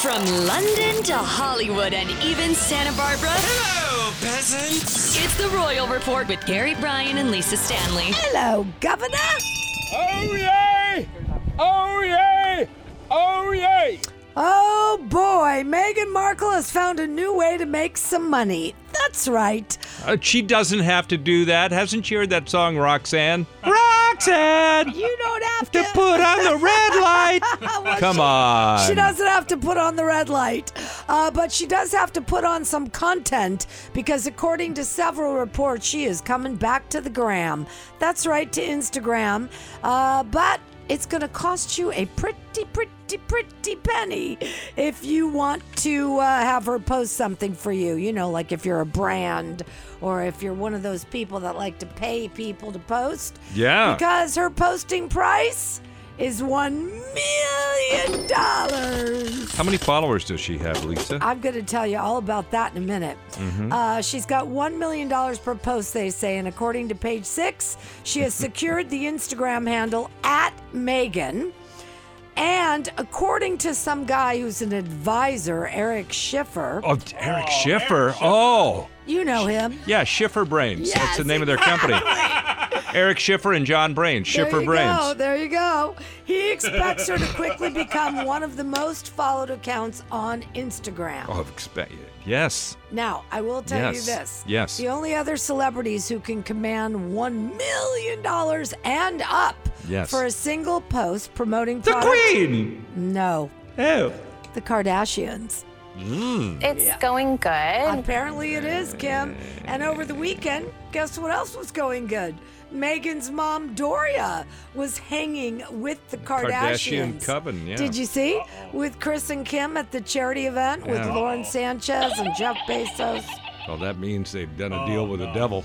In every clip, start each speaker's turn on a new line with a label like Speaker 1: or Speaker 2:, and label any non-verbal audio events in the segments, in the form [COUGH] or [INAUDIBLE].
Speaker 1: From London to Hollywood and even Santa Barbara,
Speaker 2: Hello, peasants.
Speaker 1: it's the Royal Report with Gary Bryan and Lisa Stanley.
Speaker 3: Hello, Governor.
Speaker 4: Oh yay! Oh yay! Oh yay!
Speaker 3: Oh boy, Meghan Markle has found a new way to make some money. That's right.
Speaker 4: Uh, she doesn't have to do that. Hasn't she heard that song, Roxanne? Roxanne!
Speaker 3: You don't have
Speaker 4: [LAUGHS] To
Speaker 3: to.
Speaker 4: put on the red
Speaker 3: [LAUGHS]
Speaker 4: light. Come on.
Speaker 3: She doesn't have to put on the red light, uh, but she does have to put on some content because, according to several reports, she is coming back to the gram. That's right, to Instagram. Uh, but it's going to cost you a pretty, pretty, pretty penny if you want to uh, have her post something for you. You know, like if you're a brand or if you're one of those people that like to pay people to post.
Speaker 4: Yeah.
Speaker 3: Because her posting price is one million dollars.
Speaker 4: How many followers does she have, Lisa?
Speaker 3: I'm going to tell you all about that in a minute.
Speaker 4: Mm-hmm.
Speaker 3: Uh, she's got $1 million per post, they say. And according to page six,
Speaker 4: [LAUGHS]
Speaker 3: she has secured the Instagram handle at Megan. And according to some guy who's an advisor, Eric Schiffer,
Speaker 4: Oh, Eric Schiffer. Oh,
Speaker 3: you know him.
Speaker 4: yeah, Schiffer Brains. That's the name of their company. Eric Schiffer and John Brains. Schiffer
Speaker 3: there you
Speaker 4: Brains.
Speaker 3: Go, there you go. He expects her to quickly become one of the most followed accounts on Instagram.
Speaker 4: Oh, expect Yes.
Speaker 3: Now, I will tell
Speaker 4: Yes.
Speaker 3: you this.
Speaker 4: Yes.
Speaker 3: The only other celebrities who can command $1 million and up
Speaker 4: Yes.
Speaker 3: for a single post promoting
Speaker 4: The
Speaker 3: product-
Speaker 4: Queen.
Speaker 3: No,
Speaker 4: Oh.
Speaker 3: the Kardashians.
Speaker 5: It's going good.
Speaker 3: Apparently it is, Kim. And over the weekend, guess what else was going good? Megan's mom, Doria, was hanging with the
Speaker 4: Kardashian
Speaker 3: Kardashians.
Speaker 4: coven, yeah.
Speaker 3: Did you see? With Chris and Kim at the charity event with
Speaker 4: Yeah.
Speaker 3: Lauren Sanchez and Jeff Bezos.
Speaker 4: Well, that means they've done
Speaker 6: Oh,
Speaker 4: a deal with the devil.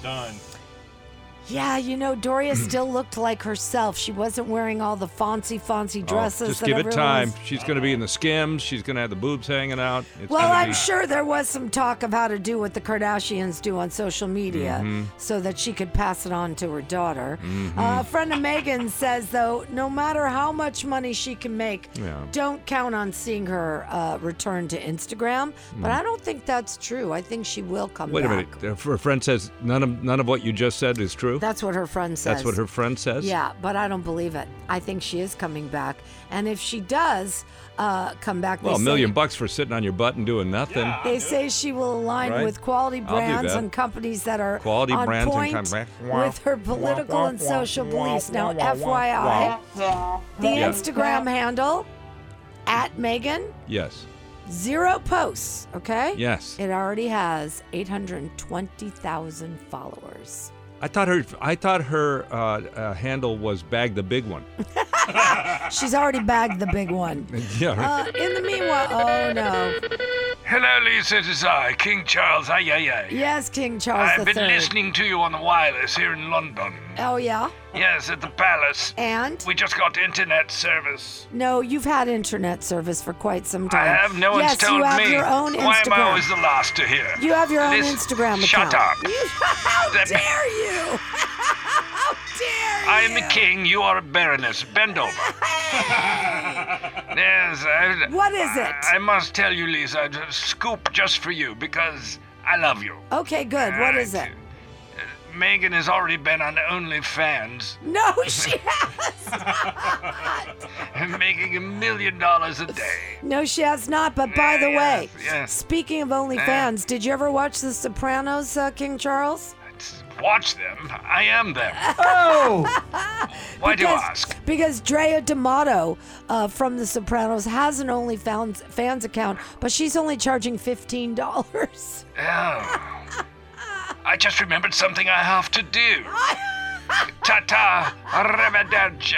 Speaker 3: Yeah, you know,
Speaker 4: [CLEARS THROAT]
Speaker 3: Doria still looked like herself. She wasn't wearing all the fancy, fancy
Speaker 4: Oh,
Speaker 3: dresses.
Speaker 4: just
Speaker 3: that
Speaker 4: give it
Speaker 3: everyone
Speaker 4: time.
Speaker 3: was-
Speaker 4: She's going to be in the skims. She's going to have the boobs hanging out. It's
Speaker 3: Well,
Speaker 4: gonna
Speaker 3: I'm
Speaker 4: be-
Speaker 3: sure there was some talk of how to do what the Kardashians do on social media
Speaker 4: Mm-hmm.
Speaker 3: so that she could pass it on to her daughter. Uh, a friend of Megan says, though, no matter how much money she can make,
Speaker 4: Yeah.
Speaker 3: don't count on seeing her uh, return to Instagram. But I don't think that's true. I think she will come
Speaker 4: Mm. Wait a
Speaker 3: back.
Speaker 4: minute. Her her friend says none of none of what you just said is true.
Speaker 3: That's what her friend says.
Speaker 4: That's what her friend says.
Speaker 3: Yeah, but I don't believe it. I think she is coming back, and if she does uh, come back,
Speaker 4: Well, a
Speaker 3: they
Speaker 4: million
Speaker 3: say,
Speaker 4: bucks for sitting on your butt and doing nothing.
Speaker 3: They say she will align
Speaker 4: Right.
Speaker 3: with quality
Speaker 4: I'll do
Speaker 3: brands
Speaker 4: that.
Speaker 3: and companies that are
Speaker 4: Quality
Speaker 3: on
Speaker 4: brands and
Speaker 3: point
Speaker 4: company-
Speaker 3: with her political and social beliefs. Now, FYI, the
Speaker 4: Yeah.
Speaker 3: Instagram handle at Megan
Speaker 4: Yes.
Speaker 3: zero posts. Okay.
Speaker 4: Yes.
Speaker 3: It already has 820,000 followers.
Speaker 4: I thought her I thought her uh, uh, handle was bag the big one. [LAUGHS]
Speaker 3: She's already bagged the big one.
Speaker 4: yeah. right.
Speaker 3: Uh, in the meanwhile, oh no.
Speaker 6: Hello, Lisa. It is I, King Charles. Aye, aye, aye.
Speaker 3: Yes, King Charles
Speaker 6: I've
Speaker 3: III.
Speaker 6: been listening to you on the wireless here in London.
Speaker 3: Oh yeah,
Speaker 6: Yes, at the palace.
Speaker 3: and
Speaker 6: We just got internet service.
Speaker 3: no, you've had internet service for quite some
Speaker 6: I
Speaker 3: time.
Speaker 6: have. No one's
Speaker 3: yes,
Speaker 6: told
Speaker 3: you have
Speaker 6: me.
Speaker 3: your own Instagram.
Speaker 6: Why am I always the last to hear?
Speaker 3: you have your own
Speaker 6: Listen,
Speaker 3: Instagram
Speaker 6: Shut
Speaker 3: account. [LAUGHS]
Speaker 6: up.
Speaker 3: How
Speaker 6: That-
Speaker 3: dare you? [LAUGHS] How dare you?
Speaker 6: I am the king. You are a baroness.
Speaker 3: [LAUGHS]
Speaker 6: Bend over. yes. I,
Speaker 3: What is it?
Speaker 6: I must tell you, Lisa. I just- Scoop just for you because I love you.
Speaker 3: Okay, good. What is it?
Speaker 6: Megan has already been on OnlyFans,
Speaker 3: [LAUGHS]
Speaker 6: [LAUGHS]
Speaker 3: No, she has.
Speaker 6: making a million dollars a day.
Speaker 3: No, she has not. But by the way,
Speaker 6: Yes, yes. Eh.
Speaker 3: speaking of OnlyFans, did you ever watch The Sopranos, uh, King Charles?
Speaker 6: Watch them. I am them.
Speaker 4: Oh,
Speaker 6: [LAUGHS] Why do you
Speaker 3: because,
Speaker 6: ask?
Speaker 3: Because Drea D'Amato uh, from The Sopranos has an OnlyFans fans account, but she's only charging fifteen dollars. [LAUGHS]
Speaker 6: Oh. I just remembered something I have to do. Ta ta, arrivederci,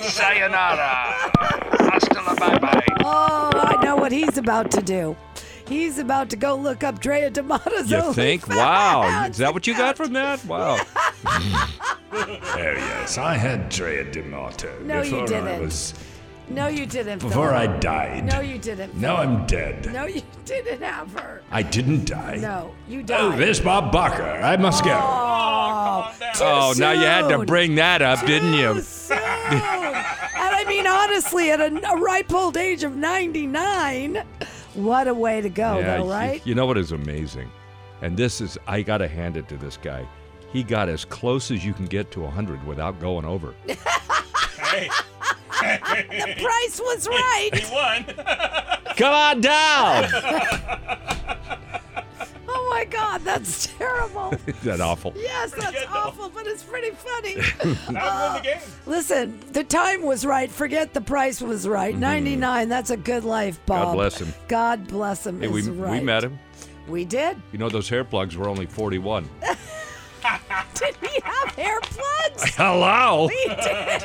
Speaker 6: sayonara, hasta la bye bye.
Speaker 3: Oh, I know what he's about to do. He's about to go look up Drea D'Amato's
Speaker 4: you
Speaker 3: OnlyFans.
Speaker 4: think?
Speaker 3: [LAUGHS]
Speaker 4: Wow, is that what you got from that? Wow. [LAUGHS]
Speaker 2: Oh yes, I had Drea D'Amato
Speaker 3: No, you
Speaker 2: before I
Speaker 3: didn't.
Speaker 2: was
Speaker 3: No, you didn't.
Speaker 2: before I
Speaker 3: Philip.
Speaker 2: died.
Speaker 3: No, you didn't.
Speaker 2: Now
Speaker 3: Philip.
Speaker 2: I'm dead.
Speaker 3: No, you didn't have her.
Speaker 2: I didn't die.
Speaker 3: No, you died. Oh,
Speaker 2: Oh, there's Bob Barker. I must go.
Speaker 3: Too
Speaker 4: Oh, now you had to
Speaker 3: soon.
Speaker 4: bring that up, didn't
Speaker 3: Too
Speaker 4: you?
Speaker 3: soon. Oh, and I mean, honestly, at a, a ripe old age of 99, what a way to go, though,
Speaker 4: you-
Speaker 3: right?
Speaker 4: You know what is amazing? And this is, I got to hand it to this guy. He got as close as you can get to 100 without going
Speaker 3: [LAUGHS]
Speaker 4: over.
Speaker 3: Price was right.
Speaker 4: Come on
Speaker 3: [LAUGHS]
Speaker 4: down!
Speaker 3: Oh my God,
Speaker 4: [LAUGHS]
Speaker 3: that's terrible.
Speaker 4: Isn't that awful?
Speaker 3: Yes, that's awful, but it's
Speaker 4: [LAUGHS]
Speaker 3: pretty funny. Uh, Listen, the time was right. Forget the price was right. 99, that's a good life, Bob.
Speaker 4: Mm-hmm. bless him.
Speaker 3: God bless him.
Speaker 4: Hey, we,
Speaker 3: is
Speaker 4: we
Speaker 3: right.
Speaker 4: met him.
Speaker 3: We did. [LAUGHS]
Speaker 4: You know, those hair plugs were only 41.
Speaker 3: Did we have hair
Speaker 4: [LAUGHS]
Speaker 3: plugs?
Speaker 4: Hello?
Speaker 3: We did.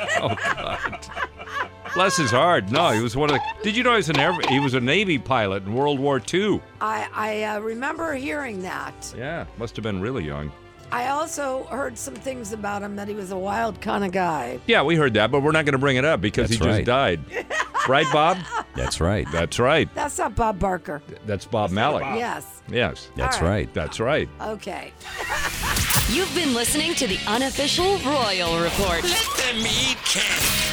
Speaker 4: Bless his heart. No, he was one of the. Did you know he was an air, he was a Navy pilot in World War II?
Speaker 3: I, I uh, remember hearing that.
Speaker 4: Yeah, must have been really young.
Speaker 3: I also heard some things about him that he was a wild kind of guy.
Speaker 4: Yeah, we heard that, but we're not going to bring it up because he
Speaker 7: That's
Speaker 4: just died. Right, Bob?
Speaker 7: That's right.
Speaker 4: That's right.
Speaker 3: That's not Bob Barker.
Speaker 4: That's Bob Malik.
Speaker 3: Yes.
Speaker 4: Yes.
Speaker 7: That's
Speaker 3: All right.
Speaker 7: right.
Speaker 4: That's right.
Speaker 3: Okay.
Speaker 1: You've been listening to the unofficial Royal Report.
Speaker 2: Let them eat cake.